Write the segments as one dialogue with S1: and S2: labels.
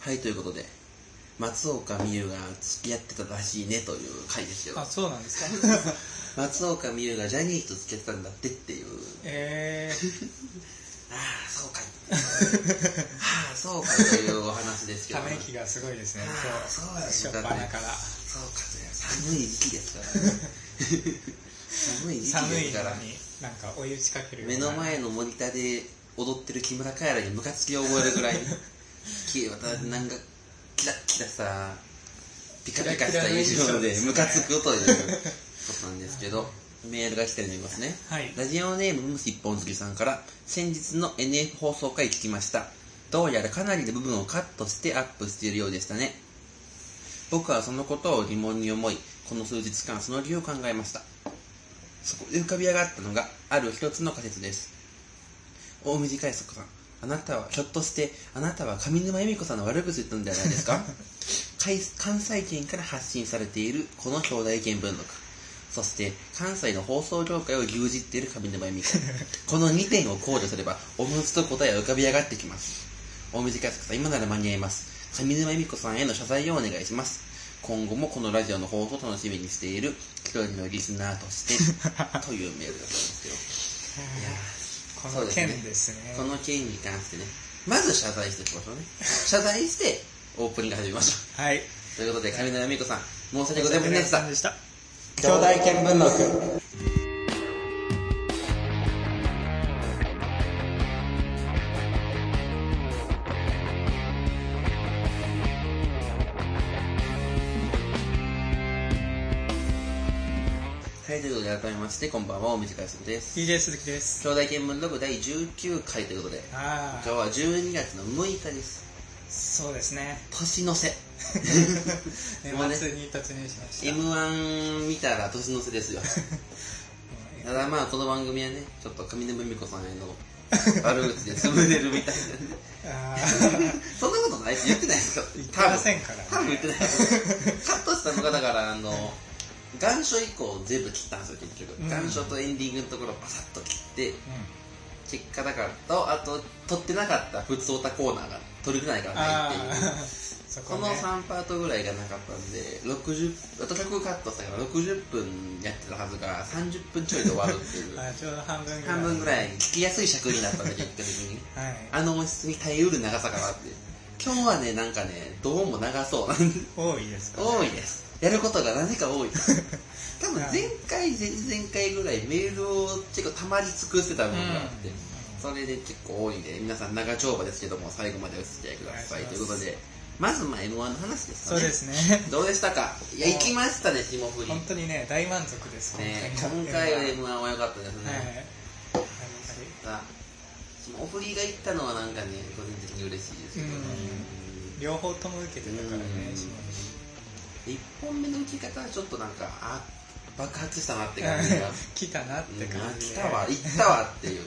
S1: はい、ということで、松岡美優が付き合ってたらしいねという回ですよ
S2: あ。そうなんですか
S1: 松岡美優がジャニーズと付き合ってたんだってっていう。
S2: え
S1: あ あ、そうかい。ああ、そうかいというお話です
S2: ー、
S1: けど
S2: た
S1: も。
S2: め息がすごいですね
S1: あーそう
S2: 今
S1: で
S2: 日
S1: す
S2: しょ
S1: よ
S2: っぱなから
S1: そうかという。寒い時期 ですからね。寒い時期
S2: 寒
S1: で
S2: い
S1: すから
S2: の。になんか追い打ちかけるよう
S1: 目
S2: な
S1: の前のモニターで踊ってる木村カエラにムカつきを覚えるぐ らいきまたなんかキラッキラさピカピカした衣装でムカつくということなんですけどメールが来てるのいますね
S2: はい
S1: ラジオネームムス一本好きさんから先日の NF 放送回聞きましたどうやらかなりの部分をカットしてアップしているようでしたね僕はそのことを疑問に思いこの数日間その理由を考えましたそこで浮かび上がったのがある一つの仮説です大短いそこさんあなたはひょっとしてあなたは上沼恵美子さんの悪口言ったんじゃないですか関関西圏から発信されているこの兄弟見文録そして関西の放送業界を牛耳っている上沼恵美子この2点を考慮すればおむつと答えは浮かび上がってきます大短いそこさん今なら間に合います上沼恵美子さんへの謝罪をお願いします今後もこのラジオの放送を楽しみにしている一人のリスナーとしてというメールだったんですけどいやー
S2: こ
S1: そう
S2: の
S1: ですね
S2: 件ですね
S1: この件に関してね、まず謝罪していきましょうね。謝罪して、オープニング始めましょ
S2: はい
S1: う。ということで、上沼恵美子さん、申し訳ございませんでした。
S2: でした
S1: 兄弟見聞録。はい、ということで、改めまして、こんばんは、おみじかやすです。
S2: DJ 鈴木です
S1: 兄弟見聞録第19回ということで、
S2: あ
S1: 今日
S2: あ
S1: は12月の6日です
S2: そうですね
S1: 年の瀬もう
S2: 年末に突入しました、
S1: m 1見たら年の瀬ですよただまあこの番組はねちょっと上沼恵美子さんへ の悪口で潰れるみたいなんで
S2: あー
S1: そんなことないし言ってないですよ
S2: 言ってませんからね
S1: 多分多分言ってないカットしたのがだからあの願書以降全部切ったんですよ結局、
S2: うん
S1: 願書とエンディングのところパサッと切って結果だからとあと撮ってなかった普通オタコーナーが撮れてないから
S2: あ
S1: ないっていう
S2: あそ
S1: こ
S2: こ
S1: の
S2: ね
S1: 3パートぐらいがなかったんで60あと曲カットしたから60分やってたはずが30分ちょいで終わるっていう
S2: あーちょうど半分ぐらい
S1: 半分ぐらい聞きやすい尺になったんで結果的に
S2: はい
S1: あの音質に耐えうる長さかなって今日はねなんかねどうも長そうなんで
S2: 多いですか、ね、
S1: 多いですやることがなぜか多いです多分前回前々回ぐらいメールを結構たまり尽くしてた部分があって、それで結構多いんで皆さん長丁場ですけども最後までお付き合いください
S2: お願
S1: とい
S2: いします
S1: うことでまずまあ m 1の話です
S2: そ
S1: か
S2: う
S1: ね
S2: ですね
S1: どうでしたかいや行きましたね霜降り
S2: 本
S1: ね
S2: 当にね大満足です
S1: 今回は
S2: はい
S1: m 1は良かったですね、さあ霜降りが行ったのはなんかね個人的に嬉しいですけど、
S2: うん
S1: うん
S2: 両方とも受けてたからね
S1: うん
S2: 下
S1: 一本目の受け方はちょっとなんかあ爆発したなって感 じが
S2: に来たなって感
S1: うん
S2: じ
S1: 来
S2: で
S1: たわ行ったわっていう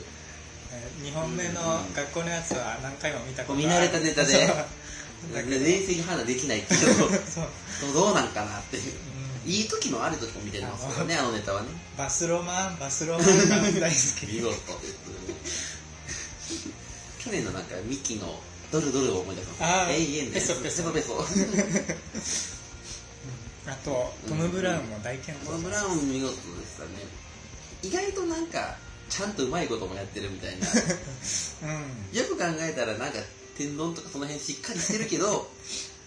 S2: 2本目の学校のやつは何回も見たことある
S1: 見慣れたネタで
S2: そうだけど
S1: 冷静に判断できない けど
S2: そう
S1: どうなんかなっていう
S2: うん
S1: いい時もある時も見てますからね、あのネタ はね。
S2: バスロマンバスロマンが大好
S1: 見
S2: き
S1: 事去年のなんか、ミキのドルドルを思い出すの。
S2: あー
S1: 永遠で
S2: ペ
S1: す。
S2: ソペソ
S1: ペソペソ。
S2: あとトム・ブラウンも大健
S1: トム・
S2: 闘
S1: ブラウン見事でしたね。意外となんか、ちゃんとうまいこともやってるみたいな。よ
S2: う
S1: く
S2: ん
S1: 考えたらなんか、天丼とかその辺しっかりしてるけど、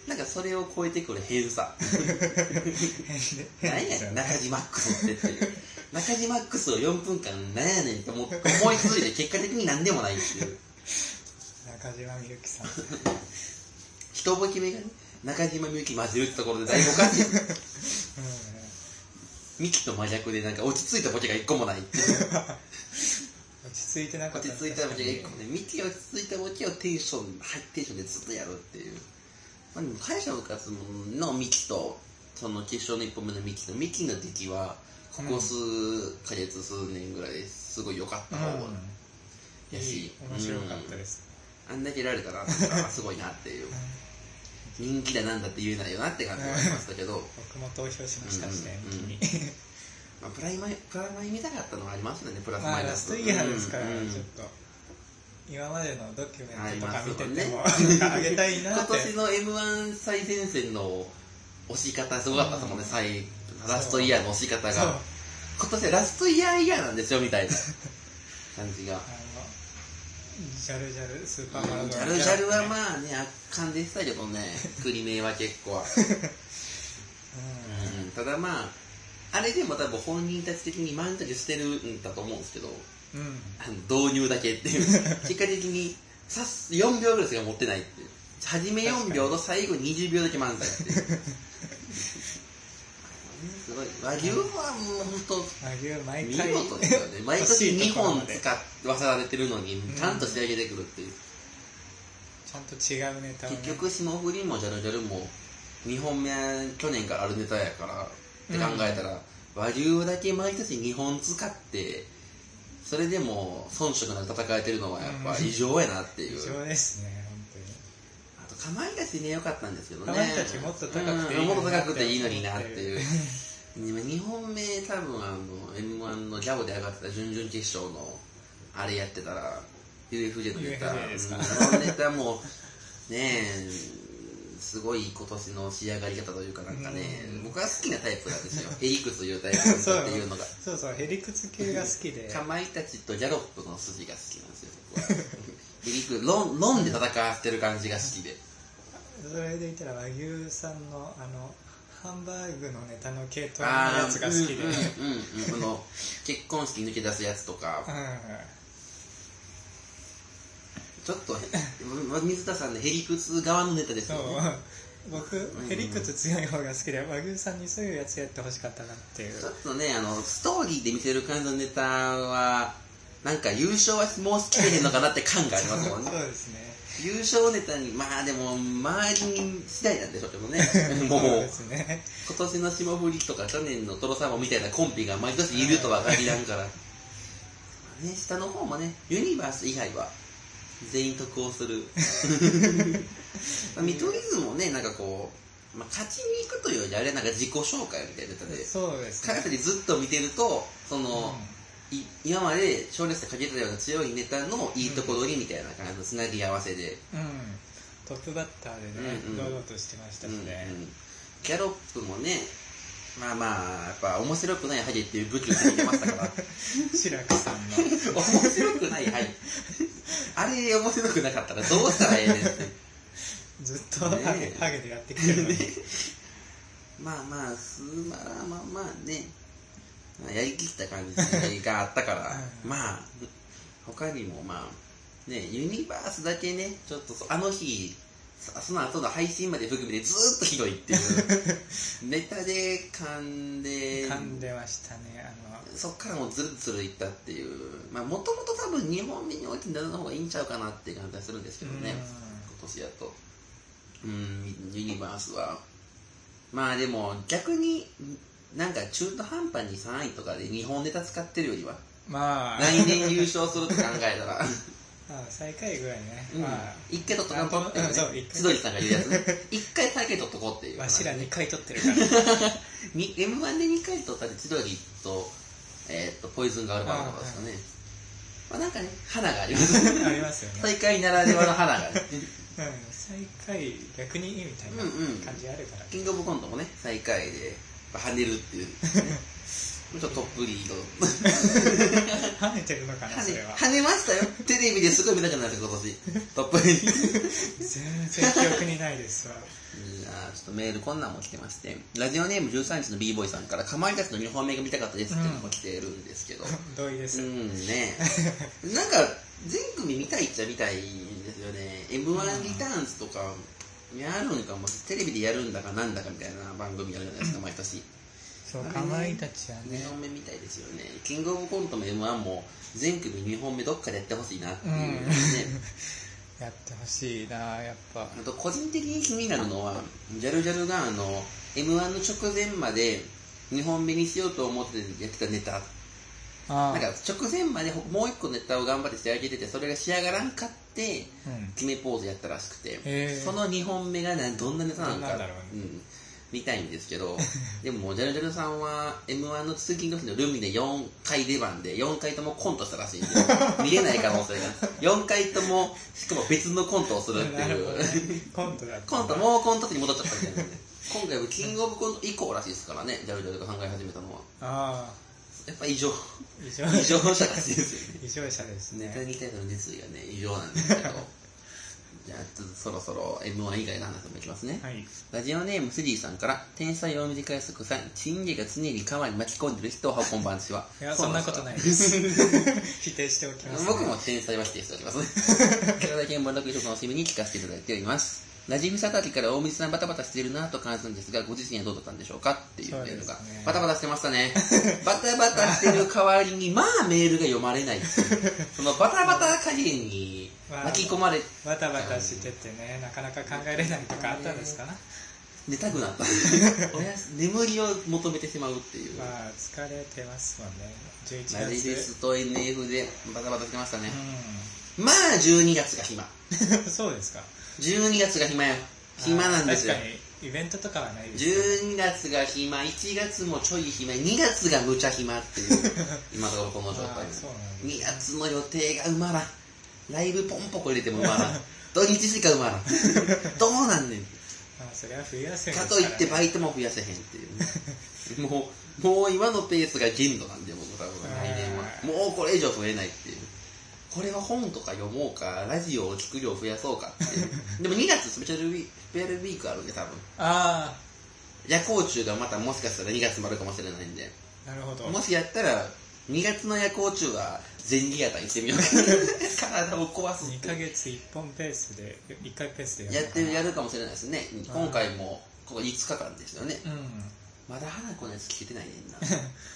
S1: なんかそれを超えてくる平ズさ。
S2: 変で変
S1: 何
S2: で
S1: や
S2: す
S1: ね
S2: よ
S1: ん、
S2: ね
S1: 中島マックスってっていう。中島マックスを4分間何やねんと思って思いついて結果的に何でもないっていう。
S2: 中島みゆきさん
S1: 人ぼきめがね、中島みゆき混じるってところでだいぶおかしい。
S2: うん
S1: ミキと真逆でなんか落ち着いたボケが一個もないっていう。
S2: 落ち着いてなかっ
S1: 落
S2: た
S1: ち着いたボケが一個もない。ミキは落ち着いたボケをテンション、ハイテンションでずっとやるっていう。まあ、でも会社部活のミキと、その決勝の一本目のミキと、ミキの出来は、ここ数ヶ月、数年ぐらいですごい良かった方
S2: うん
S1: やし、
S2: 面白かったです、
S1: うんあんだけいられたら、すごいなっていう。人気だなんだって言うなよなって感じがありましたけど、
S2: 僕も投票しましたしね、
S1: うんうんうん
S2: 君
S1: まあ、プライマイ、プラマイ見たかったのはありますよね、プラス
S2: ま
S1: マ
S2: あ
S1: イナ
S2: ラ
S1: ス。
S2: ストイヤーですから、
S1: うんうん
S2: ちょっと今までのドキュメントと
S1: あ
S2: か
S1: ります
S2: 見て
S1: よ
S2: ても、
S1: ね
S2: なんかあげたいな
S1: 今
S2: って
S1: 年の m 1最前線の押し方すごかったですもんね、
S2: うん
S1: 最ラストイヤーの押し方
S2: そう
S1: が今年はラストイヤーイヤーなんですよみたいな 感じが
S2: あのジャルジャルスーパーマラドーナ
S1: ジャルジャルはまあね圧巻でしたけどね作り目は結構、うん、ただまああれでも多分本人たち的に満足してるんだと思うんですけど
S2: うん、うん、
S1: あの導入だけっていう 結果的にさす4秒ぐらいしか持ってないっていう初め4秒と最後20秒だけ漫才っていうすごい和牛はもう本当
S2: 和牛毎
S1: 見
S2: 回
S1: 事ですよね毎年
S2: 欲しい
S1: 2
S2: ところ
S1: 本
S2: まで
S1: 使わされてるのにちゃんと仕上げてくるっていう、
S2: ちゃんと違うネタを、ね、
S1: 結局霜降りもジャルジャルも2本目去年からあるネタやからって考えたら、和牛だけ毎年2本使ってそれでも遜色なく戦えてるのはやっぱ異常やなってい
S2: 異
S1: う、
S2: 常ですね本当に
S1: あとかまいたちね良かったんですけどね
S2: かまいたちもっと高くていいのになっ
S1: う
S2: て
S1: んもっと高くていいのになっていう2本目多分あの m 1のギャオで上がってた準々決勝のあれやってたら UFJ のネタ
S2: UFJ ですか
S1: うんのネタもねえすごい今年の仕上がり方というかなんかね、
S2: うん
S1: 僕は好きなタイプなん ですよへりくつというタイプっていうのが
S2: そうそうへりくつ系が好きで、
S1: かまいたちとギャロップの筋が好きなんですよ僕は へりく論論で戦わせてる感じが好きで
S2: それで言ったら和牛さんのあのハンバーグのネタの系統の
S1: あ
S2: やつが好きで、うん
S1: うんうんうんその結婚式抜け出すやつとかちょっとへ水田さんのへりくつ側のネタです
S2: そ
S1: よ
S2: う
S1: ね
S2: 僕へりくつ強い方が好きで和牛さんにそういうやつやってほしかったなっていう
S1: ちょっとねあのストーリーで見せる感じのネタはなんか優勝はもうきれへんのかなって感がありますもんね
S2: そうですね
S1: 優勝ネタにまあでも周りに次第なんでしょうけどね もう
S2: そうですね
S1: 今年の霜降りとか去年のトロサーモンみたいなコンビが毎年いるとは限らんから、ね、下の方もねユニバース以外は全員得をするまあ見取り図もねなんかこう、まあ、勝ちに行くというよりあれなんか自己紹介みたいなネタで
S2: そうです
S1: 彼
S2: ね
S1: らにずっと見てるとその、
S2: う
S1: い今まで賞レースでかけてたような強いネタのいいところにみたいな感じのつなぎ合わせで、
S2: ん、うん、トップバッターでね、
S1: うんうん
S2: 堂々としてましたしね、
S1: うんうん、ギャロップもねまあまあやっぱ面白くないハゲっていう武器を手に入れました から
S2: 志らくさんの
S1: 面白くないハゲあれ面白くなかったらどうしたらええ ねんって
S2: ずっとハゲ,、
S1: ねえ
S2: ハゲでやってきてるのに、
S1: まあまあすまあまあまあねまあやりきった感じがあったから
S2: うん
S1: まあ他にもまあねユニバースだけねちょっとそあの日そその後の配信まで含めてずーっとひどい っていうネタで噛んで
S2: 噛んでましたねあの
S1: そっからもうずるずるいったっていうまあもともと多分2本目においてネタの方がいいんちゃうかなっていう感じがするんですけどね、今年だとうんユニバースはまあでも逆になんか中途半端に3位とかで日本ネタ使ってるよりは
S2: うんまあ
S1: 来年優勝するって考え たら
S2: まあ最下位ぐらいね、
S1: うん
S2: ま
S1: 一回取っとかんとっていうね
S2: うんそう一回
S1: 千鳥さんが言うやつね一回大会取っとこうっていう
S2: あわしら2回取ってるか
S1: に m 1で2回取ったって千鳥と,、えーっとポイズンがあるからとかですかねまあなんかね花があります
S2: らあ りますよね、
S1: 大会ならではの花がね
S2: うん、最下位逆にいいみたいな
S1: うんうん
S2: 感じあるから、
S1: キングオブコントもね、最下位で跳ねるって いう、ね、ちょっとトップリード。
S2: 跳ねてるのかな
S1: 跳
S2: そ
S1: ね
S2: れは
S1: 跳ねましたよ。テレビですごい見たくなった今年。トップリード。
S2: 全然記憶にないですわ
S1: じゃあ、ちょっとメールこんなんも来てまして、ラジオネーム13日の b ボーイさんから、かまいたちの2本目が見たかったですっていうのも来てるんですけど。
S2: 同意で
S1: う
S2: す、
S1: ん ねなんか全組見たいっちゃ見たいんですよね m 1リターンズとかやるんかもテレビでやるんだかなんだかみたいな番組やるじゃないですか毎年
S2: そうかまいたちはね
S1: 2本目みたいですよねキングオブコントも m 1も全組2本目どっかでやってほしいなっていうね、
S2: やってほしいなやっぱ
S1: あと個人的に気になるのはジャルジャルがあの m 1の直前まで2本目にしようと思ってやってたネタ
S2: あ
S1: なんか
S2: あ
S1: 直前までほもう一個ネタを頑張って仕上げててそれが仕上がらんかって
S2: うん
S1: 決めポーズやったらしくて、
S2: へー
S1: その2本目がなどんなネタなの
S2: どんな
S1: か
S2: んだろ
S1: うんみたいんですけど でももうジャルジャルさんは m 1の通勤時のルミネ4回出番で4回ともコントしたらしいんですよ 見れない可能性が4回ともしかも別のコントをするって
S2: なる
S1: い
S2: ほどね
S1: う
S2: コントだった
S1: コントもうコントに戻っちゃったみたいなね今回はキングオブコント以降らしいですからねジャルジャルが考え始めたのは
S2: ああ
S1: やっぱ異 常
S2: 異常
S1: 異常者らしいですよね
S2: 異常者です
S1: ネ
S2: ね
S1: タに対する熱意がね、異常なん ですけど。じゃあ、ちょっとそろそろ M1 以外の話もいきますね。
S2: はい
S1: ラジオネームスリーさんから、天才を短い速さん、チンゲが常に川に巻き込んでる人をこんばんちは。。
S2: いやそんなことないですす 否定しておきま す、
S1: 僕も天才は否定しておきますね。 寺田健文楽一を楽しみに聞かせていただいております。馴染みさたきから大水さんバタバタしてるなと感じたんですが、ご自身はどうだったんでしょうかっていうメールが、
S2: そうですね
S1: バタバタしてました ね。バタバタしてる代わりに、まあメールが読まれないっていう。そのバタバタ加減に巻き込まれ
S2: バタバタしててねなかなか考えれないとかあったんですかな、
S1: 寝たくな った。おやす眠りを求めてしまうっていう。
S2: まあ疲れてますもんね11月
S1: ラジフェスと NF でバタバタしてましたね。
S2: う
S1: まあ12月が暇。
S2: ん そうですか
S1: 12月が暇よ。暇なんですよ
S2: あー。確かにイベントとかはないですね
S1: 12月が暇、1月もちょい暇、2月がむちゃ暇っていう、 今のところこの状態
S2: あーそうなんで
S1: 2月
S2: す
S1: の予定が埋まらん。ライブポンポコ入れても埋まらん。土日しか埋まらん。どうなんねん。
S2: まあそれは冬休みで
S1: か
S2: す
S1: といって
S2: から
S1: バイトも増やせへんっていうね。もう、もう今のペースが限度なんで、僕多分来年は。もうこれ以上増えないっていう。これは本とか読もうか、ラジオを聞く量増やそうかっていう。でも2月スペシャルウィスペシャルウィークあるんで、多分。
S2: あ
S1: 夜行中がまたもしかしたら2月もあるかもしれないんで、
S2: あなるほど
S1: もしやったら、2月の夜行中は前ギアタ行ってみ ようかな。体を壊すっ
S2: 2
S1: て
S2: ヶ月1本ペースで1回ペースで
S1: や
S2: る
S1: っ
S2: のかな
S1: てやるかもしれないですね。今回も、ここ5日間ですよね。
S2: うん
S1: まだ花子のやつ聞いてないね んな。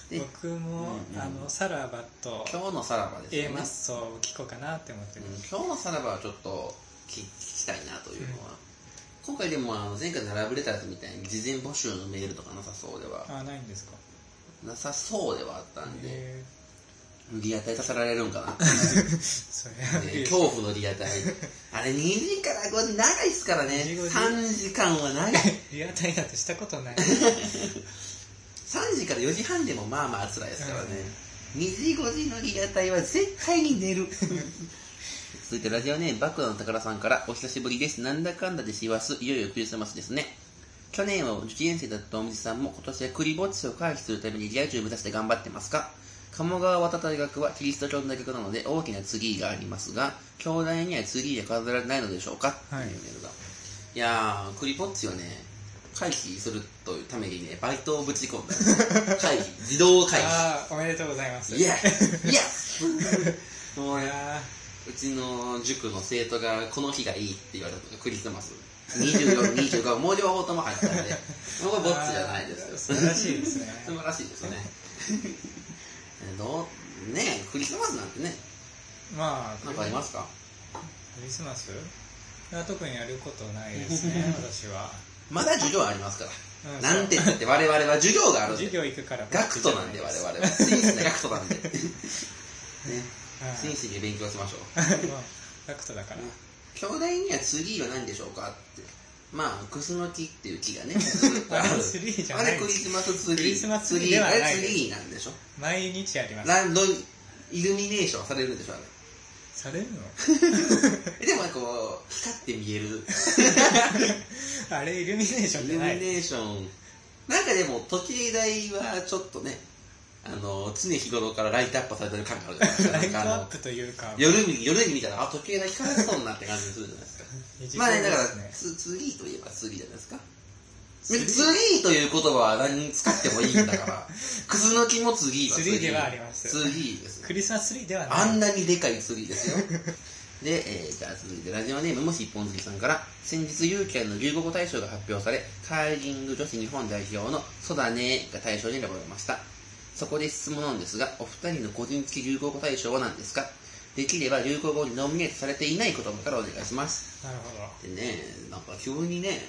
S1: で、
S2: 僕も、
S1: うんうん
S2: あのさらばと
S1: 今日のさらばです
S2: A
S1: よね
S2: マッ。ソを聞こうかなって思って
S1: うん
S2: る、
S1: 今日のさらばはちょっと聞聞きたいなというのは。今回でもあの前回のラブレターズみたいに事前募集のメールとかなさそうでは、
S2: ああないんですか
S1: なさそうではあったんで、
S2: へえ
S1: リアタイさせられるんかなって
S2: それは
S1: ね恐怖のリアタイ。あれ、2時から5時、長いっすからね。
S2: 25時
S1: 3時間は長い。
S2: リアタイなんてしたこ とない
S1: 3時から4時半でもまあまあ辛いですからね。2時、5時のリアタイは絶対に寝 る。続いてラジオネーム、バクの宝さんから、お久しぶりです。なんだかんだで師走、いよいよクリスマスですね。去年は受験生だったお店さんも、今年はクリぼっちを回避するためにリア充を目指して頑張ってますか鴨川渡大学はキリスト教の大学なので大きなツリーがありますが、教団にはツリーが飾られないのでしょうか、
S2: はい
S1: っていうメールが。いやー、クリぼっちをね、回避するというためにね、バイトをぶち込んだんです よ。回避、自動回避。
S2: ああおめでとうございます
S1: イエ スイエスもう
S2: い
S1: ね
S2: や
S1: うちの塾の生徒がこの日がいいって言われたのがクリスマス24、25、もう両方とも入ったんで、 僕は
S2: ー
S1: ぼっちじゃないですよ。
S2: 素晴らしい ですね
S1: 素晴らしいです ね。どうねえクリスマスなんてね、
S2: まあ
S1: なんかありますか
S2: クリスマスいや特にやることないで すね私は、
S1: まだ授業ありますから。
S2: うん
S1: なんて言ったって我々は授業があるん
S2: 授
S1: で。
S2: 業行くから
S1: ガクトなんで我々は。真摯 なガクトなんで。ね、 真摯に勉強しましょう。
S2: 々ガクトだから
S1: 兄弟にはツリーは何でしょうかって。まあ、クスノキっていう木 がね、ずっとある
S2: あれツリーじゃない
S1: あれクリスマスツリー。
S2: クリスマスツリーではない
S1: あれツリーなんでしょ。
S2: 毎日やります
S1: ランドイルミネーションされるんでしょ、あ れ。
S2: されるの
S1: えでもなんかこう、光って見える。
S2: あれイルミネーション
S1: イ
S2: じ
S1: ルミ
S2: ゃな
S1: ネ
S2: い
S1: ーション。なんかでも、時計台はちょっとね、あの、常日頃からライトアップされてる感があるじゃないですか。
S2: ライトア
S1: なんかあ
S2: ッ
S1: の
S2: プというか
S1: 夜に、夜に見たら、あ、時計台光ってそうなって感じするじゃないですか。 まあね、だから、ツツリーといえばツリーじゃないですか。ツ
S2: リー
S1: リーという言葉は何に使ってもいいんだ から、クズの木もツリーは
S2: ツリーではあります
S1: ツリーです。
S2: クリスマスツリーではない
S1: あんなにでかいツリーですよ。で、えーじゃあ続いてラジオネームもし一本釣りさんから、先日ユーキャンの流行語大賞が発表され、カーリング女子日本代表のソダネが大賞に選ばれました。そこで質問なんですが、お二人の個人付き流行語大賞は何ですかできれば流行語にノミネートされていない言葉からお願いします。
S2: なるほ
S1: で
S2: ど
S1: ね、なんか急にね、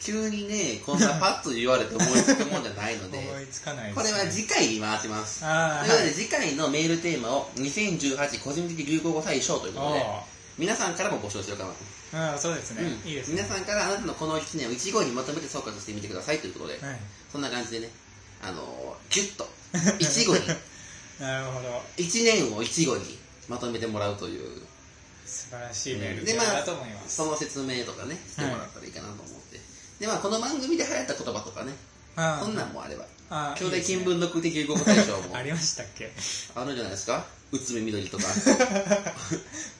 S1: 急にね、こんなパッと言われて思いつくもんじゃないので、
S2: 思いつかないです、
S1: こ
S2: ね、
S1: れは次回に回します。と
S2: あ
S1: い
S2: ー
S1: うことで次回のメールテーマを2018個人的流行語大賞ということ
S2: はい
S1: で、皆さんからも募集しようかなと。
S2: おうんそうですね、
S1: うん、
S2: いいですね
S1: 皆さんからあなたのこの1年を1号にまとめて総括してみてくださいということで、
S2: はい
S1: そんな感じで ね、あのーギュッと、1号に、
S2: なるほど
S1: 1年を1号にまとめてもらうという、
S2: 素晴らしいメール
S1: で
S2: だ
S1: まあ
S2: だと思います、
S1: その説明とかね、してもらったらいいかなと思って。で、まあ、この番組で流行った言葉とかね、
S2: あ
S1: そんなんもあれば、
S2: あ
S1: 兄弟
S2: いい
S1: 金
S2: ですね
S1: 文読的流行語大賞も
S2: ありましたっけ
S1: あるんじゃないですか内海みどりとか、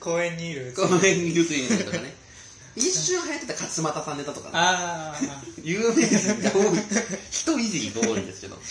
S2: 公園にいるうち
S1: この辺に内海みどりとかね。 一瞬流行ってた勝俣さんネタとかね。
S2: あー
S1: 有名人が多い人いじりが多いんですけど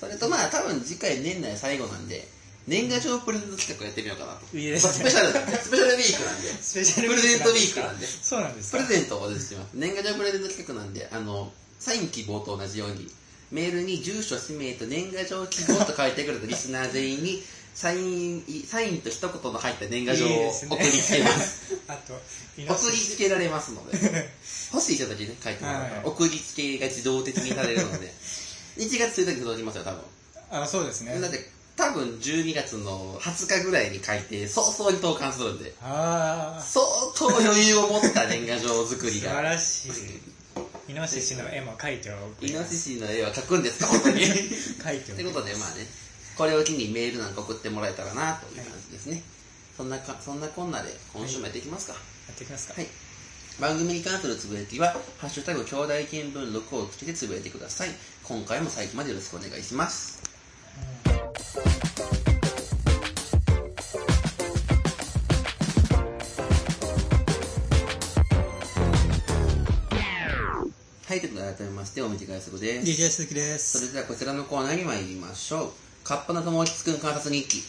S1: それとまあ多分次回年内最後なんで年賀状プレゼント企画やってみようかなと
S2: いいですね
S1: まあスペシャルなん でスペシャルウィークなんで
S2: スペシャル
S1: プレゼントウィークなんで
S2: そうなんです
S1: プ
S2: か
S1: レゼントをお出しします年賀状プレゼント企画なんであのサイン希望と同じようにメールに住所氏名と年賀状希望と書いてくれたリスナー全員にサインサインと一言の入った年賀状
S2: いい
S1: を
S2: です
S1: 送
S2: ね
S1: りつけます
S2: あとイノ
S1: 送り
S2: シシ
S1: つけられますので 欲しい人だけね書いてもらうから、
S2: はい
S1: 送りつけが自動的にされるの で1月1日に届きますよ多
S2: あそうですね
S1: 分なので多分12月の20日ぐらいに書いて早々に投函するんで
S2: ああ
S1: 相当余裕を持った年賀状作り
S2: 素晴
S1: が
S2: らしいイノシシの絵も描いてはおく
S1: イノシシの絵は描くんですか本当に
S2: 描いてお
S1: とい
S2: く
S1: うことでまあねこれを機にメールなんか送ってもらえたらなという感じですね、そんなかそんなこんなで今週もやっていきますか、
S2: やっていきますか
S1: はい。番組に関するつぶやきは、ハッシュタグ兄弟見聞録をつけてつぶやいてください。今回も最後までよろしくお願いします。はい、ということで改めまして、お見てがやすこです。
S2: DJ 鈴木で
S1: そ
S2: す
S1: れではこちらのコーナーに参りましょう。カッパの友吉くん観察日記。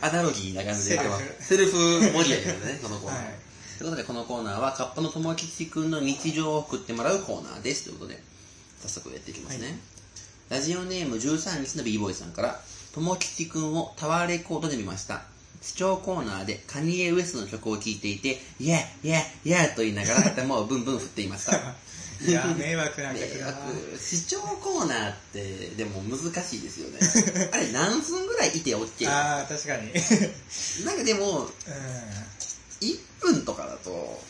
S1: アナロギーな感じでやってます。セルフ盛り上げだね、このコーナー。
S2: はい
S1: ということで、このコーナーは、カッパの友吉くんの日常を送ってもらうコーナーです。ということで、早速やっていきますね。
S2: は
S1: ラジオネーム13日の b ボーイさんから、友吉くんをタワーレコードで見ました。視聴コーナーでカニエ・ウエストの曲を聴いていて、イェイイェイイェイと言いながら頭をブンブン振っていました。
S2: いや迷惑なんだ
S1: 迷
S2: けどな
S1: 惑視聴コーナーってでも難しいですよね あれ何分ぐらいいて OK な
S2: ああ確かにうん
S1: んかでも1分とかだと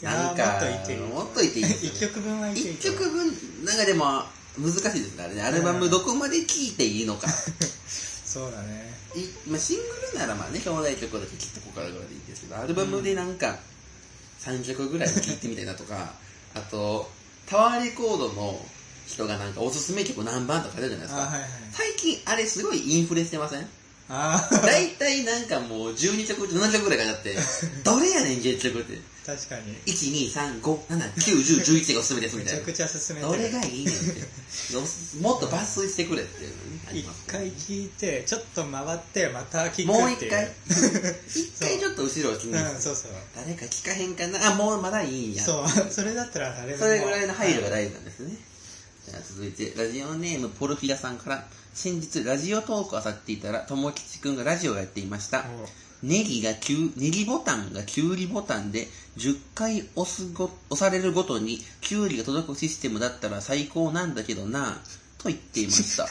S2: いや
S1: な
S2: ー
S1: んか
S2: もっといていい
S1: もっといていいですよね
S2: 一曲分はいていい
S1: 1曲分なんかでも難しいですねあれねアルバムどこまで聴いていいの か、
S2: そうだね
S1: いまあ、シングルならまあね兄弟曲だけ聴いてこからぐらいでいいですけどアルバムでなんか3曲ぐらい聴いてみたいなとか あとタワーレコードの人がなんかおすすめ曲何番とか出るじゃない
S2: あ
S1: ですか、
S2: ーはいはい
S1: 最近あれすごいインフレしてません
S2: ああ
S1: 大体なんかもう12曲7曲ぐらいがだってどれやねん月曲って
S2: 確かに
S1: 123579101がおすすめですみた
S2: めち
S1: い
S2: ゃ
S1: な
S2: くちゃ進めて
S1: ど
S2: る
S1: れがいいねんってもっと抜粋してくれっていうのねあり
S2: 一
S1: ます
S2: 回聞いてちょっと回ってまた聞く
S1: もう
S2: っ
S1: 一
S2: ていう
S1: 回一回ちょっと後ろを気に
S2: うん
S1: して
S2: そうそう
S1: 誰か聞かへんかなあもうまだいいんや
S2: そう それだったら誰でも
S1: それぐらいの配慮が大事なんですね。じゃあ続いて、ラジオネームポルフィラさんから、先日ラジオトークを漁っていたら、ともきちくんがラジオをやっていました。ネギがきゅう、ネギボタンがキュウリボタンで、10回押すご、押されるごとに、キュウリが届くシステムだったら最高なんだけどなぁ、と言っていま した。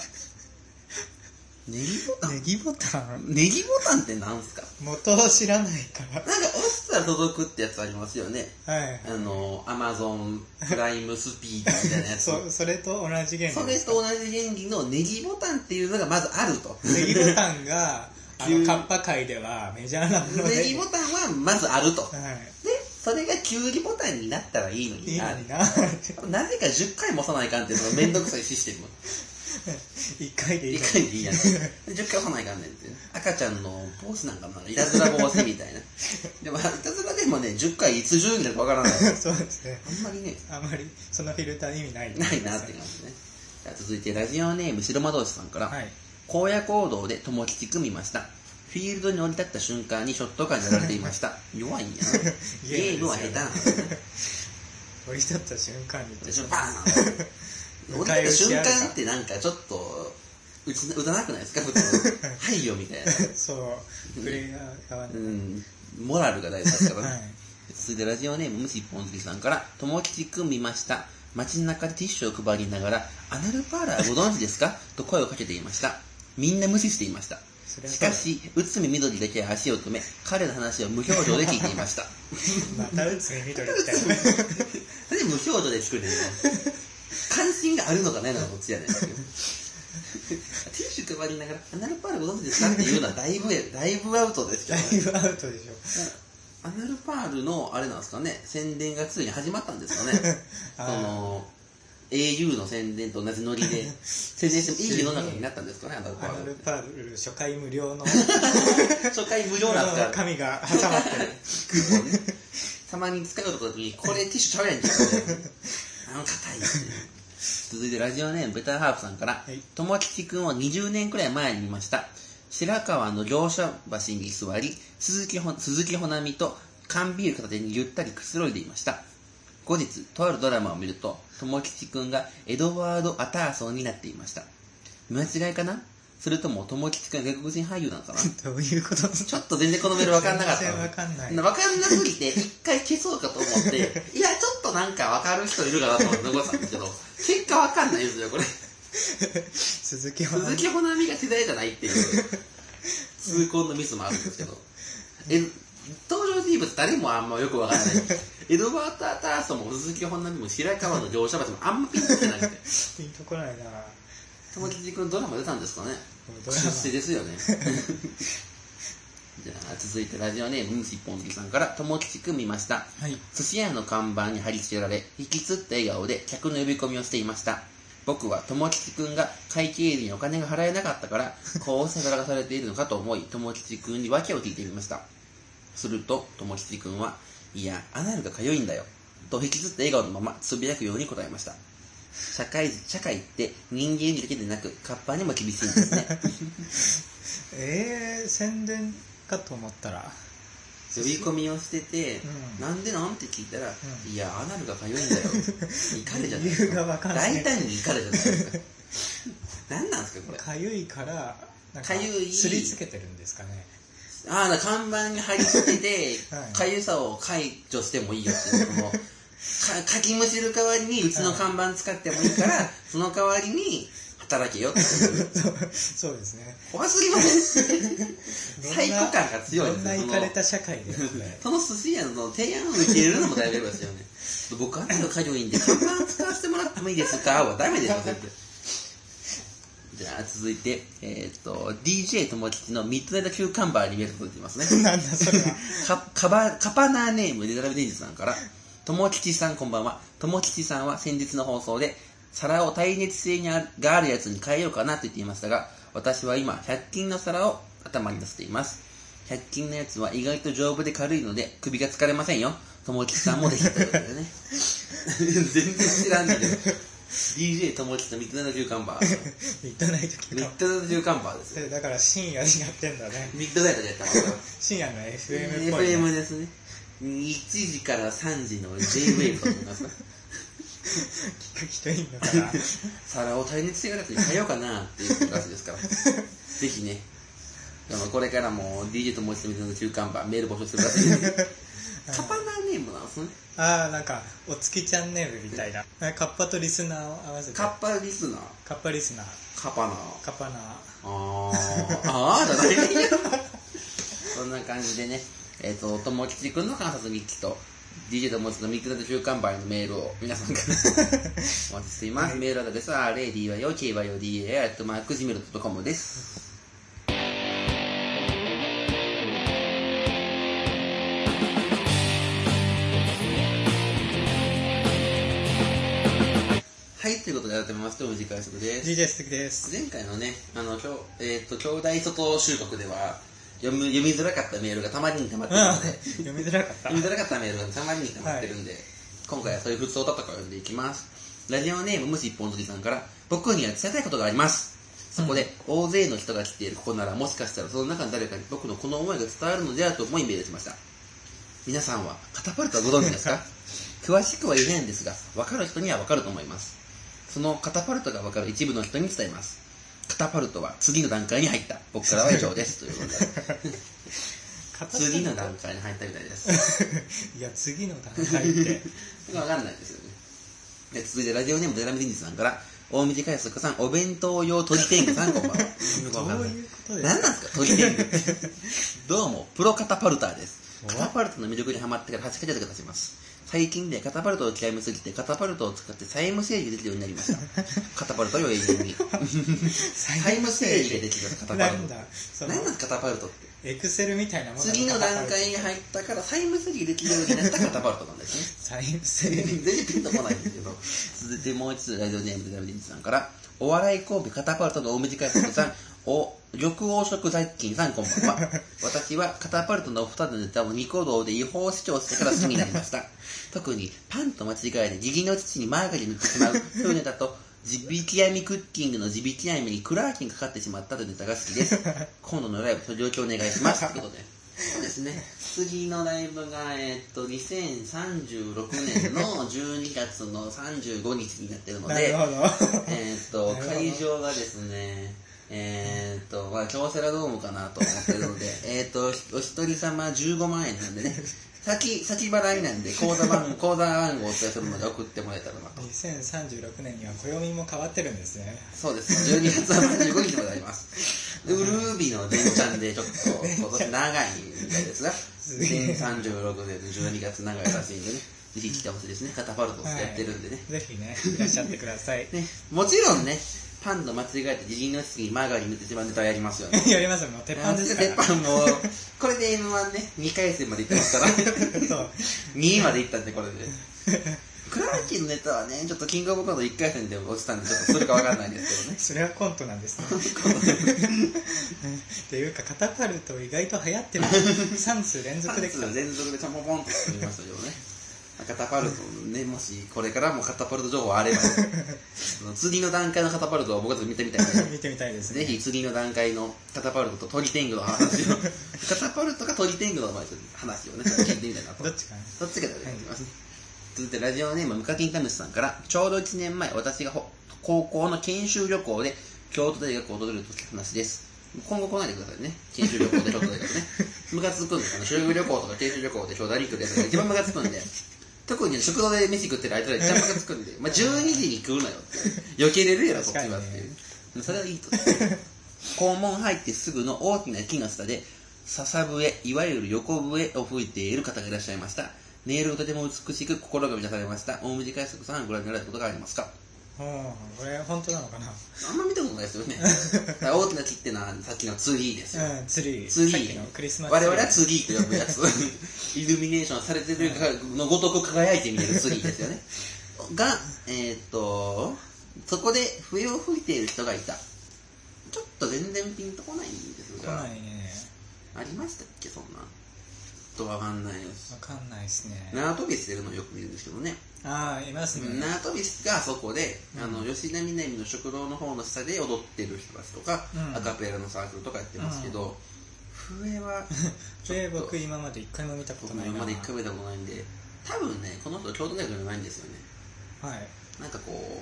S1: ネギボタン
S2: ネギボタン
S1: ネギボタンってなんすか
S2: 元を知らないか
S1: なんか押したら届くってやつありますよね。
S2: らはい
S1: あの、アマゾンプライムスピーカーみたいなやつ。
S2: そそれと同じ原理
S1: それと同じ原理のネギボタンっていうのがまずあ ると。
S2: ネギボタンがあ
S1: 急
S2: の
S1: に
S2: カッパ界ではメジャーなもので
S1: ネギボタンはまずあると。
S2: は
S1: で、それがキュウリボタンになったらいいの
S2: いい
S1: に
S2: い
S1: な。
S2: のにな 一
S1: なぜか10回も押さないかんっていうそのめんどくさいシステ ム。
S2: 回でいい
S1: 1
S2: の
S1: 回
S2: に
S1: でいいやん。10回押さないかんねんって。赤ちゃんの帽子なんかもいたずら帽子みたいな。でも、いたずらでもね、10回いつ10になるかわからない。あ
S2: そうですね
S1: んまりね、
S2: あまりそのフィルター意味ない
S1: ないなって感じね。じゃあ続いて、ラジオネーム白魔道士さんから。
S2: はい
S1: 荒野行動で友吉く見ましたフィールドに降り立った瞬間にショットガンやられていました 弱いんやなゲームは下手なんだね
S2: 降り立った瞬間に
S1: 最初バーン降り立った瞬間ってなんかちょっと打ち打たなくないですか普通 はいよみたいな
S2: そうプレイヤー側
S1: う
S2: に
S1: んモラルが大事だからね、
S2: はい
S1: 続いてラジオネームむしっぽんずきさんから「友吉くん見ました街中でティッシュを配りながらアナルパーラーご存知ですか?」と声をかけていましたみんな無視していました
S2: そりゃ
S1: し
S2: そ
S1: か
S2: うだ
S1: し、内海緑だけは足を止め、彼の話を無表情で聞いていました。
S2: またうつみ緑みたい
S1: なんで無表情で聞くんだよ。関心があるのかないのかこっちやねん。ティッシュ配りながら、アナルパールご存知ですかっていうのはだいぶ、だいぶアウトですけどね、
S2: なだいぶアウトでしょ
S1: アナルパールの、 あれなんですかね、宣伝がついに始まったんですかね。そ
S2: あー
S1: の、au の宣伝と同じノリで、宣伝してもいい世の中になったんですかね、アナルパ
S2: アナ
S1: ール
S2: ル
S1: って。
S2: パール初回無料の
S1: 初回無料なんですから、
S2: 紙が挟まってる
S1: クーポンね。 たまに使うときに、これティッシュ食べないんですよ、ね。あの、硬いっていう。続いてラジオネームベターハープさんから
S2: い、
S1: ともきちくんを20年くらい前に見ました。白川の両者橋に座り、鈴木ほ鈴木ほなみと缶ビール片手にゆったりくつろいでいました。後日、とあるドラマを見ると、ともきちくんがエドワード・アターソンになっていました。見間違いかなそれとも、ともきちくんが外国人俳優なのかな
S2: どういうこと
S1: ちょっと全然このメール分かんなかった
S2: 全然分かんない
S1: 分かんなすぎて一回消そうかと思 っていやちょっとなんか分かる人いるかなと思って残したんですけど結果分かんないですよこれ
S2: 鈴木は
S1: 鈴木保奈美が世代じゃないっていう痛恨のミスもあるんですけどえ登場人物誰もあんまよく分かんないエドワード・アターソンも鈴木保奈美も白川の乗車橋もあんまピンときてな くて
S2: ピンとこないな
S1: 友吉君ドラマ出たんですかね
S2: ド
S1: 出
S2: ラマ
S1: 世です よねじゃあ続いてラジオネームムシポンズキさんから友吉君見ました
S2: はい
S1: 寿司屋の看板に貼り付けられ引きつった笑顔で客の呼び込みをしていました僕は友吉君が会計員にお金が払えなかったからこうせがらかされているのかと思い友吉君に訳を聞いてみましたすると友吉君は「いやアナルがかゆいんだよ」と引きずった笑顔のままつぶやくように答えました社会社会って人間にだけでなくカッパにも厳しいんですね
S2: えー、宣伝かと思ったら
S1: 呼び込みをしてて、
S2: うん
S1: なんでなんて聞いたら、
S2: う
S1: いや、アナルがかゆいんだよ。 怒るじゃないで
S2: 理
S1: す
S2: 由
S1: か。
S2: がわかんない
S1: 大胆に怒るじゃないですか。何なんですか、これ。
S2: かゆいからなん
S1: かゆい
S2: すりつけてるんですかね
S1: ああ、だから看板に貼り付けて
S2: はい、
S1: かゆさを解除してもいいよっていう。もうかかきむしる代わりにうちの看板使ってもいいから、その代わりに働けよっていう
S2: そうそうですね
S1: 怖すぎません 最高感が強い
S2: で
S1: ですね
S2: すねどんな行かれた社会で
S1: その寿司屋の提案を受け入れるのも大丈夫ですよね。ちょっと僕、あなたが家業いいんで、看板使わせてもらってもいいですかはダメでしょ、絶対。じゃあ、続いて、えーっ、と、DJ 友吉のミッドナイト級カンバーに目が届いてますね。
S2: なんだそれは
S1: かカバカパナーネームデタラメデンジさんから「友吉さんこんばんは友吉さんは先日の放送で皿を耐熱性にあるがあるやつに変えようかなと言っていましたが私は今100均の皿を頭に出しています100均のやつは意外と丈夫で軽いので首が疲れませんよ友吉さんもできたということで ね全然知らんねんけど DJ 友吉のミッドナイト中間バー
S2: ミッドナイト
S1: ミ
S2: 企
S1: ッド
S2: 画
S1: ナイト中間バーですよ
S2: それだから深夜にやってんだね
S1: ミッドナイトでやったます から
S2: 深夜の FM っぽい、ね、
S1: FM ですね1時から3時の J-WAVE と思い ます
S2: 聞く人いんのかな
S1: 皿を耐熱性がなくて変えようかなっていう話ですから ぜひねでもこれからも DJ ともう一度の中間版メール募集してくだ さいねカパナーネームなんですね
S2: ああなんかお月チャンネルみたいななんかカッパとリスナーを合わせて
S1: カッパリスナー
S2: カッパリスナー
S1: カパナー
S2: カパナー
S1: あーあーじゃないよ そんな感じでねえっ、ー、と友吉君の観察日記と DJ ともう一度ミックナイト中間版へのメールを皆さん からお待ちしています。メールアドレスは radyokyodaya.gmail.com です。はい、ということで改めまして、お短い速です。
S2: DJ 鈴木です
S1: 前回のね、あの、きょうえっ、と、兄弟外収録では、読む、読みづらかったメールがたまりに溜まってるので、
S2: 読みづらかった
S1: 読みづらかったメールがたまりに溜まってるんで、今回はそういう普通だとかを読んでいきます。ラジオネーム無視一本釣りさんから、僕には伝えたいことがあります。そこで、大勢の人が来ているここなら、もしかしたらその中の誰かに僕のこの思いが伝わるのであると思いメールしました。皆さんは、カタパルトはご存知 ですか詳しくは言えないんですが、わかる人にはわかると思います。そのカタパルトがわかる一部の人に伝えます。カタパルトは次の段階に入った。僕からは以上です。ということで、
S2: カパ
S1: 次の段階に入ったみたいです。
S2: いや次の段階って
S1: わかんないですよね。で続いてラジオネームデラメディンジさんから、大水海賊さん、お弁当用鳥天狗さん、こんばんは。よくわかん
S2: ど
S1: な
S2: う
S1: い
S2: いうことです
S1: 何なんですか、鳥天狗って。どうも、プロカタパルターです。
S2: お
S1: カタパルトの魅力にハマってから8ヶ月が経ちます。最近ではカタパルトを極めすぎて、カタパルトを使って債務整理できるようになりました。カタパルトよ、 永遠に。債務整理でできるカタパ
S2: な
S1: ル
S2: ん
S1: ト
S2: だ。その
S1: 何なんですか、カタパルトって。
S2: エクセルみたいなものが
S1: 次の段階に入ったから、債務整理できるようになったカタパルトなんですね。
S2: サイエンス
S1: 全然ピンとこないんですけど続いてもう一つラジオネームでダメディさんからお笑いコンビカタパルトの大水海賊さんお緑黄色雑菌さんこんばんは私はカタパルトのお二人のネタをニコ動で違法視聴してから好きになりました特にパンと間違えて義理の父にマーガリン塗ってしまうというネタと地引き網クッキングの地引き網にクラーキンがかかってしまったというネタが好き です今度のライブその状況お願いしますということでそうですね次のライブが、えーっと2036年の12月の35日になってるの
S2: なる
S1: で
S2: ほど
S1: えーっと
S2: なるほど
S1: 会場がですねえーっとまあ京セラドームかなと思ってるの でえーっとお一人様15万円なんでね先先払いなんで口座番口座番号をお伝えするので送ってもらえたらなと
S2: 2036年には暦も変わってるんですね
S1: そうです。12月は35日まであります。でウルービーの電ちゃんでちょっと今年長いみたいですが、
S2: すげえ
S1: 36年の12月長いらしいんでね、ぜひ来てほしいですね。カタパルトをやってるんでね。
S2: ぜひねいらっしゃってください
S1: ね、もちろんね、パンの間違えて自身の質にマーガリン塗ってしまうネタはやりますよね。
S2: やりますよもう鉄板ですか
S1: 鉄
S2: ら
S1: 板もう、これで M1 ね、2回戦まで行ってますから。
S2: そう
S1: 2位まで行ったんでこれで クラーキーのネタはねちょっとキングオブコント1回戦で落ちたんでちょっとするかわかんないですけどね
S2: それはコントなんですね っていうかカタパルト意外と流行ってる3通連続できた
S1: 3通連続でちょんぽぽんと進みましたけどねまあカタパルトのねもしこれからもカタパルト情報あれ ばその次の段階のカタパルトを僕たち見てみたいな
S2: 見てみたいですね
S1: ぜひ次の段階のカタパルトとトリテングの話を カタパルトかトリテングの話をねちょっと聞いてみたいなと
S2: どっちかな
S1: どっちかでお願いします、続いてラジオネームムカキンタムシさんからちょうど1年前私がほ高校の研修旅行で京都大学を訪れるときの話です今後来ないでくださいね研修旅行で京都大 学ねムカつくんですあの修学旅行とか研修旅行で京都大学ですが一番ムカつくんで特に食堂で飯食ってる相手が一番ムカつくんで、まあ、12時に食うなよって避けれるやろこっちはっていう、それはいいと肛門入ってすぐの大きな木の下で笹笛いわゆる横笛を吹いている方がいらっしゃいました音色がとても美しく心が満たされました大水海賊さんはご覧になられたことがありますか
S2: うんこれ本当なのかな
S1: あんま見たことないですよねだから大きな木ってのはさっきのツリーですよ、
S2: うん、ツリー。
S1: ツリ
S2: さっきの
S1: ー
S2: クリスマスツリ
S1: 我
S2: ー。
S1: 々はツリーと呼ぶや つイルミネーションされてるのごとく輝いて見えるツリーですよねがえーっとそこで笛を吹いている人がいたちょっと全然ピンとこないんです
S2: 来
S1: が
S2: ないね。
S1: ありましたっけそんなちょっとわかんないです
S2: わかんないですね。
S1: 縄跳びしてるのをよく見るんですけどね、
S2: ああ、いますね。
S1: 縄跳びがそこで、
S2: うん
S1: あの吉田みなみの食堂の方の下で踊ってる人たちとか、
S2: うん
S1: アカペラのサークルとかやってますけど、笛はちょ
S2: で、
S1: っと
S2: 僕今まで一回も見たこと
S1: 僕
S2: な
S1: も今ま
S2: いな。
S1: で一回見たことないんで多分ねこの人京都大学じゃないんですよね
S2: はい。
S1: なんかこ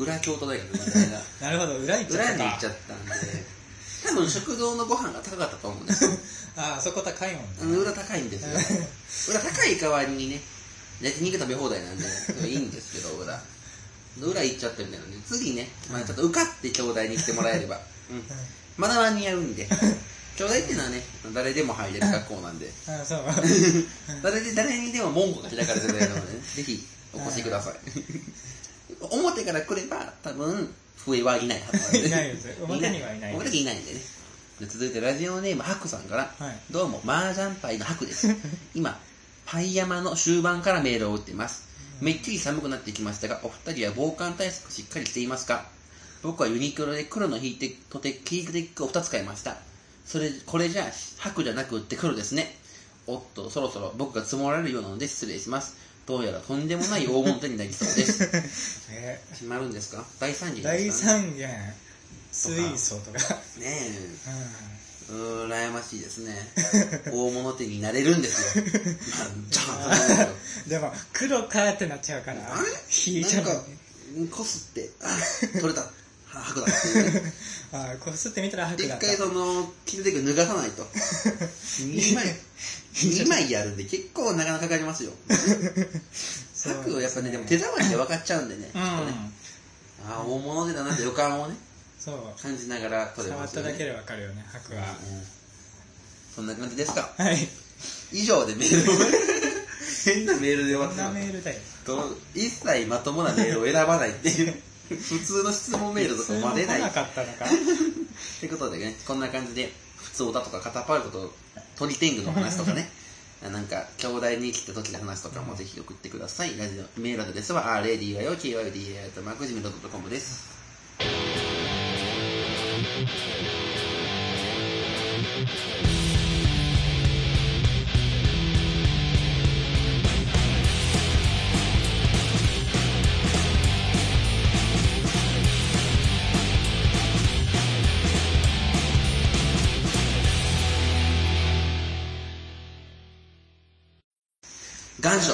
S1: う裏京都大学みたいな
S2: なるほど、裏行っちゃっ
S1: 裏
S2: た。
S1: に行っちゃったんで多分食堂のご飯が高かったと思うんですよ
S2: ああ、そこ高いもん
S1: あの
S2: ね。
S1: 裏高いんですよ裏高い代わりにね焼肉食べ放題なんでいいんですけど裏裏行っちゃってるんだよね次ね、まあ、ちょっと受かって兄弟に来てもらえれば、うん、まだ間に合うんで兄弟っていうのはね誰でも入れる学校なんで
S2: ああ、 そう。
S1: 誰で誰にでも門戸が開かれてるの で、ね、ぜひお越しください 表から来れば多分笛はいないはずなんで
S2: いないです表にはいない
S1: 表にいないんでねで続いてラジオネームハクさんから、
S2: はい
S1: どうも麻雀パイのハクです今パイ山の終盤からメールを打っていますめっきり寒くなってきましたがお二人は防寒対策しっかりしていますか僕はユニクロで黒のヒートテックヒートテックを2つ買いましたそれこれじゃ白じゃなくって黒ですねおっとそろそろ僕が積もられるようなので失礼しますどうやらとんでもない大物手になりそうです
S2: え
S1: 決まるんですか大惨事
S2: ー、
S1: で
S2: 大
S1: すか
S2: 三元、水素とか。
S1: ねえ
S2: うん
S1: うーん羨ましいですね大物手になれるん ですよまあじゃあそうなんですよ
S2: でも、黒かってなっちゃうから、
S1: あれ
S2: 引いちゃう
S1: なんかこすってあ取れたは白だっていうね
S2: ああ、こすってみたら白
S1: 一
S2: だった
S1: 回。その切れてく脱がさないと2枚2枚やるんで結構なかなかかかりますよ
S2: そう
S1: 白をやっぱねでも手触りで分かっちゃうんでね,、
S2: うん。
S1: ああ大物出たなって予感をね
S2: そう
S1: 感じながら撮れ
S2: 触
S1: ま
S2: っ
S1: す
S2: た
S1: よ
S2: だ
S1: ね
S2: けでわかるよね白は
S1: うんそんな感じですか
S2: はい
S1: 以上でメー ルを変なメールで終わっ
S2: こん
S1: てしま
S2: な
S1: っ
S2: メ
S1: た
S2: ールだよ
S1: と一切まともなメールを選ばないっていう普通の質問メールとかまでない
S2: 普通の来なかったのかは
S1: ということでね、こんな感じで、普通歌とかカタパルトと鳥天狗の話とかね、あなんか、兄弟に来た時の話とかもぜひ送ってください。ラジオメールアドレスは、r a d y o k y d a とマクジムドットコムです。願書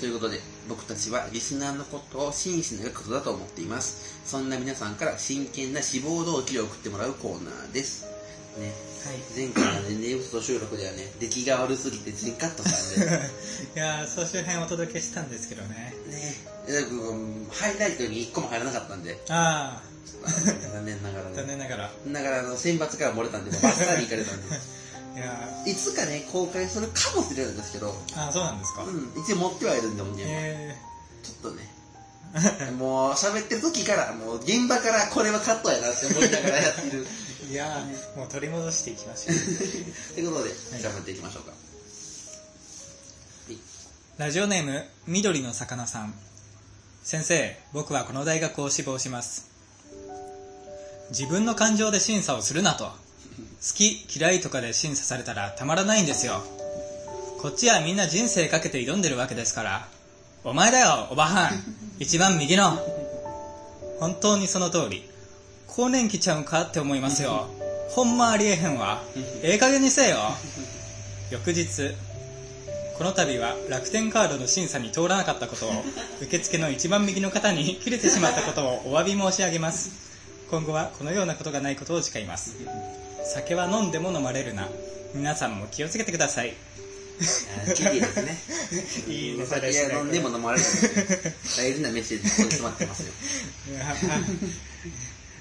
S1: ということで、僕たちはリスナーのことを真摯に書くことだと思っています。そんな皆さんから真剣な志望動機を送ってもらうコーナーです。ね、
S2: い
S1: 前回のね、ネウスト収録ではね、出来が悪すぎて全カットしたんで、
S2: いやー総集編お届けしたんですけどね
S1: ね、だからうんハイライトに1個も入らなかったんで、
S2: あ
S1: 残念ながら
S2: あ
S1: ね
S2: 残念ながら
S1: だからあの選抜から漏れたんでもうバッサリ行かれたんで
S2: いや
S1: いつかね公開するかもしれないんですけど、
S2: ーあーそうなんですか、
S1: うん、一応持ってはいるんでもね、
S2: え
S1: ちょっとねもう喋ってる時からもう現場からこれはカットやなって思いながらやってる
S2: ー、いやーもう取り戻していきましょう
S1: ということで頑張っていきましょうか、
S2: ラジオネーム緑の魚さん先生僕はこの大学を志望します自分の感情で審査をするなと好き嫌いとかで審査されたらたまらないんですよこっちはみんな人生かけて挑んでるわけですからお前だよおばはん一番右の本当にその通り更年期ちゃうんかって思いますよほんまありえへんわええ加減にせえよ翌日この度は楽天カードの審査に通らなかったことを受付の一番右の方に 切れてしまったことをお詫び申し上げます今後はこのようなことがないことを誓います酒は飲んでも飲まれるな皆さんも気をつけてください
S1: あーキリ ですね
S2: いいね
S1: お酒は飲んでも飲まれるんですよ大事なメッセージここに詰まってますよ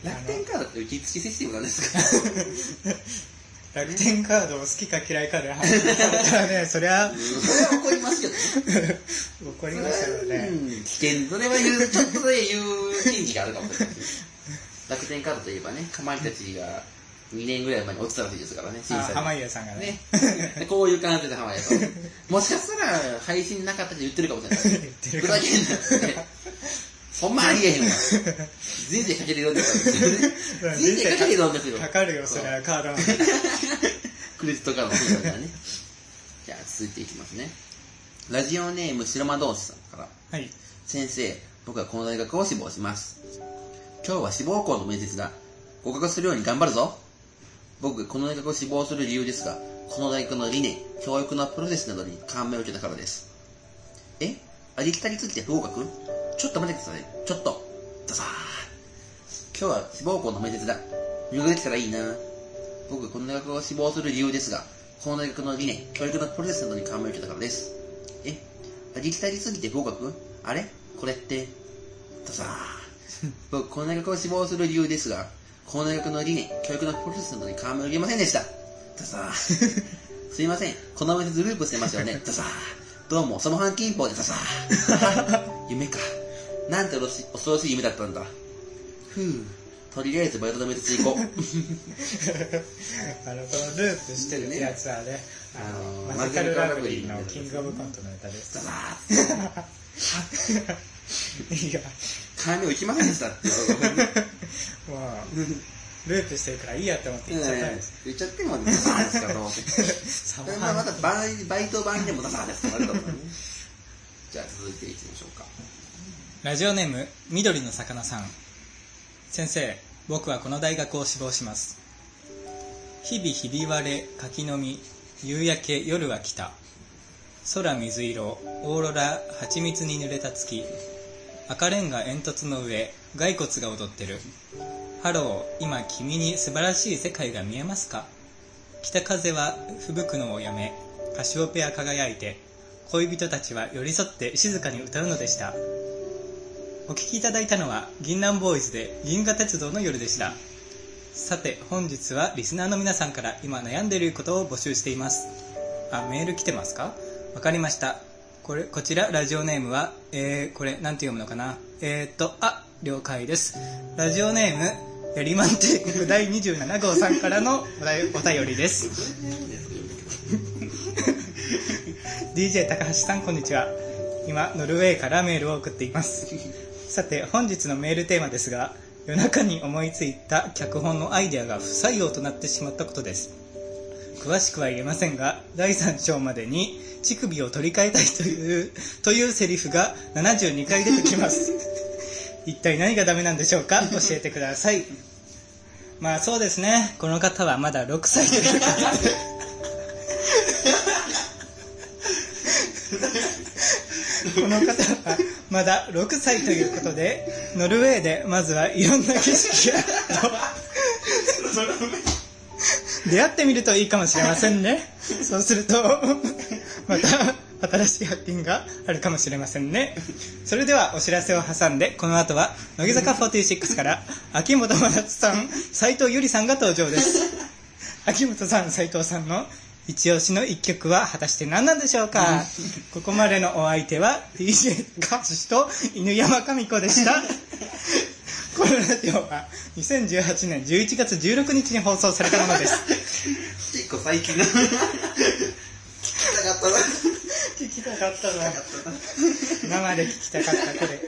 S1: 楽天カードって受付システムなんですか
S2: 楽天カードを好きか嫌いかで判断されたらね そりゃ
S1: そ れは怒りますけどね
S2: 怒りましたよね
S1: うん危険それは言うちょっとで言う権利があるかもしれない楽天カードといえばねかまいたちが2年ぐらい前に落ちたらしいですからね審
S2: あ
S1: 査
S2: 濱
S1: で
S2: 家さんがね
S1: ねこういう感じで濱家さんもしかしたら配信なかったって言ってるかもしれない
S2: 言ってる
S1: ふ
S2: か
S1: ざ
S2: も
S1: けんなってほんまありえへんわ人生かけてるんですよ人生かけてるんですよ
S2: かかるよそりゃカードなんて
S1: クレジットカードの審査だからねじゃあ続いていきますねラジオネーム白間同士さんから
S2: はい
S1: 先生、僕はこの大学を志望します。今日は志望校の面接だ。合格するように頑張るぞ。僕がこの大学を志望する理由ですが、この大学の理念、教育のプロセスなどに感銘を受けたからです。えありきたりすぎて不合格ちょっと待ってください。ちょっと。ザサー今日は志望校の面接だ。入学できたらいいな。僕がこの大学を志望する理由ですが、この大学の理念、教育のプロセスなどに感銘を受けたからです。えありきたりすぎて合格あれこれってとさ僕この大学を志望する理由ですがこの大学の理念教育のプロセスなどに感銘を受けませんでしたとさすいませんこの面接ループしてますよねとさどうもその半金法でとさ夢かなんて恐ろし恐ろしい夢だったんだふうとりあえずバイトの面接行こう
S2: あのこのループしてるやつはね、あの
S1: あの
S2: マジカルラブリーのキングオブコントのネタで
S1: と
S2: す。
S1: さ
S2: いや、
S1: 感銘を受けませんでしたって
S2: もう、ループしてるからいいやって思って行っちゃったんです。
S1: 言っちゃってもダサーですから
S2: サ
S1: それ
S2: モ
S1: は
S2: ハ
S1: ま
S2: ン
S1: たバイバイト版でもダサーですからねじゃあ続いていきましょうか
S2: ラジオネーム、緑の魚さん。先生、僕はこの大学を志望します。日々ひび割れ、柿の実、夕焼け、夜は来た。空水色、オーロラ、蜂蜜に濡れた月。赤レンガ煙突の上、骸骨が踊ってる。ハロー、今君に素晴らしい世界が見えますか北風は吹雪くのをやめ、カシオペア輝いて、恋人たちは寄り添って静かに歌うのでした。お聞きいただいたのは銀杏ボーイズで銀河鉄道の夜でしたさて本日はリスナーの皆さんから今悩んでいることを募集していますあメール来てますかわかりましたこれこちらラジオネームはえー、これなんて読むのかなえー、っとあ了解ですラジオネームやりまん帝国第27号さんからのお題お便りです
S1: う
S2: DJ 高橋さんこんにちは今ノルウェーからメールを送っていますさて本日のメールテーマですが夜中に思いついた脚本のアイデアが不採用となってしまったことです詳しくは言えませんが第3章までに乳首を取り替えたいというというセリフが72回出てきます一体何がダメなんでしょうか教えてくださいまあそうですねこの方はまだ6歳ということでこの方はまだ6歳ということで、ノルウェーでまずはいろんな景色や出会ってみるといいかもしれませんね。そうすると、また新しい発見があるかもしれませんね。それではお知らせを挟んで、この後は乃木坂46から秋元真夏さん、斉藤ゆりさんが登場です。秋元さん斉藤さんの一押しの一曲は果たして何なんでしょうかここまでのお相手は DJ 歌手と犬山神子で したこのラジオは2018年11月16日に放送されたものです
S1: 結構最近な聞きたかったな
S2: 聞きたかったな生で聞きたかったこれ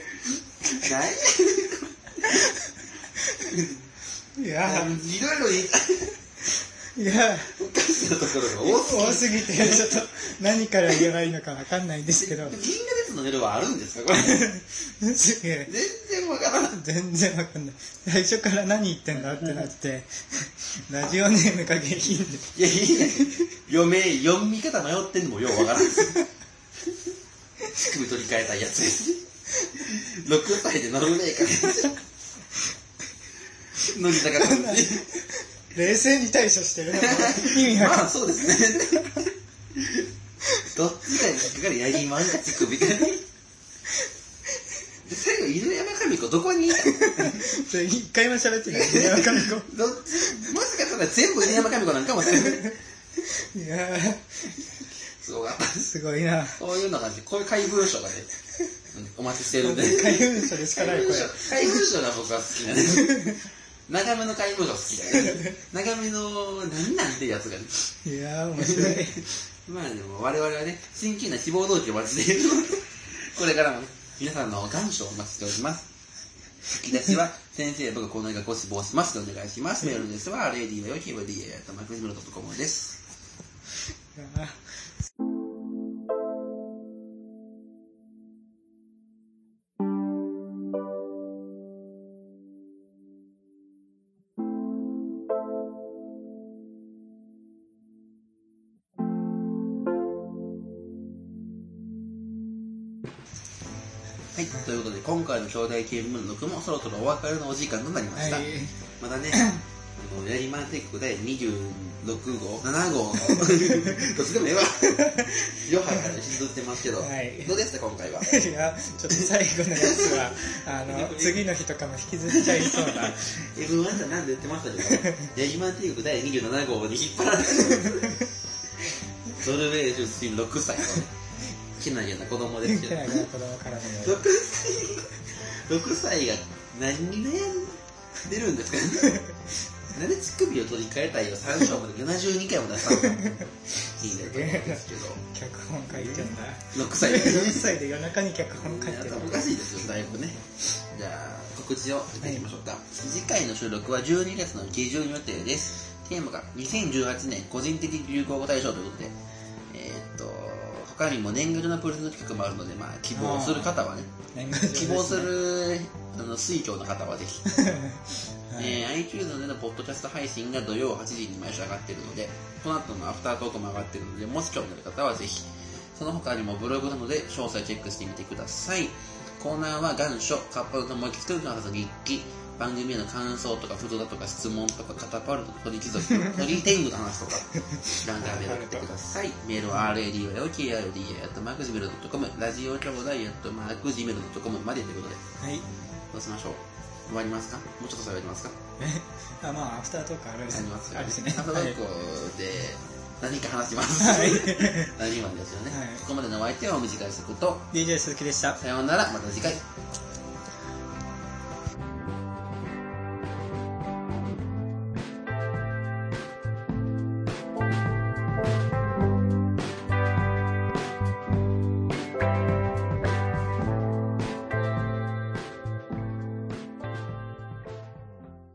S2: いや
S1: 何いろいろいい
S2: いや
S1: おかしなところが多すぎ
S2: 多すぎてちょっと何から言えばいいのか分かんないんですけど
S1: 銀河鉄道の夜はあるんですかこれ
S2: すげえ
S1: 全然わからん
S2: 全然わかんない最初から何言ってんだってなってラジオネームが下品で
S1: いやいや読め読み方迷ってんのもようわからんです乳首取り替えたいやつです6歳でノルウェ ーから乃木坂から
S2: 冷静に対処してるのも意味わかん
S1: まあそうですね どっちが引っかかるヤギマン乳首で最後犬山神子どこにいた
S2: ない一回も喋ってない犬山神子
S1: どっちまさかただ全部犬山神子なんかもしれない
S2: いやー
S1: すごかったです
S2: す ごいな
S1: こういうのがねこういう怪文書がねお待ちしてるんで
S2: 怪文書でしか
S1: 怪
S2: ない
S1: 文
S2: こ
S1: 書怪文書が僕は好きなんです 長めの怪文書好きだね長めの何なんてやつがね
S2: れいやー面白い
S1: まあでも我々はね真剣な志望動機をお待ちしているのでこれからもね皆さんの願書をお待ちしております引き出しは先生僕この映画ご志望しますのでお願いし ますメールですは RAD はよき VDA とマクジムロトコムです
S2: いやー
S1: はいということで今回の兄弟見聞録もそろそろお別れのお時間となりました、
S2: はい
S1: また ね、あのやりまん帝国第26号、7号の、 どっちでも ええわ、余波から引きずってますけど、
S2: はい
S1: どうでした、今回は。
S2: いやちょっと最後のやつはあの次の日とかも引きずっちゃいそうな
S1: M1 じゃなんで言ってましたけど、やりまん帝国第27号に引っ張られて、ノルウェー出身6歳と、けなげな子供です
S2: 元気
S1: けど
S2: な、子供からの
S1: 6歳、6歳が何に悩んでるんですかね。なんで乳首を取り替えたいよ3章まで72回も出したのかいいんだと思うんですけど。
S2: 脚本書いてんだ
S1: 6歳です
S2: 4歳で夜中に脚本書いてる
S1: おかしいですよだいぶねじゃあ告知をしていきましょうか、次回の収録は12月の下旬予定ですテーマが2018年個人的流行語大賞ということでえーっと他にも年賀状のプレゼント企画もあるので、まあ、希望する方はね
S2: 年賀状です
S1: 希
S2: ね
S1: 望するあの水郷の方はぜひ、えー iTunes でのポッドキャスト配信が土曜8時に毎週上がってるのでこの後のアフタートークも上がってるのでもし興味のある方はぜひその他にもブログなどで詳細チェックしてみてくださいコーナーは願書、カッパの友聞き取りの朝の日記番組への感想とか不動だとか質問とかカタパルト鳥貴族鳥天狗の話とかランダムで送ってくださいメールは RADIOKIRDA.macgmail.com ラジオ兄弟 .macgmail.com までということで
S2: はい
S1: どうしましょう終わりますかもうちょっと喋りますか
S2: えあまあアフタートークあるです
S1: ありますよ
S2: あるしね
S1: サブ
S2: は
S1: 学
S2: い
S1: 校で何か話します
S2: はい
S1: 何話ですよね
S2: はい
S1: ここまでのお相手はお短い速と
S2: DJ 鈴木でした
S1: さようならまた次回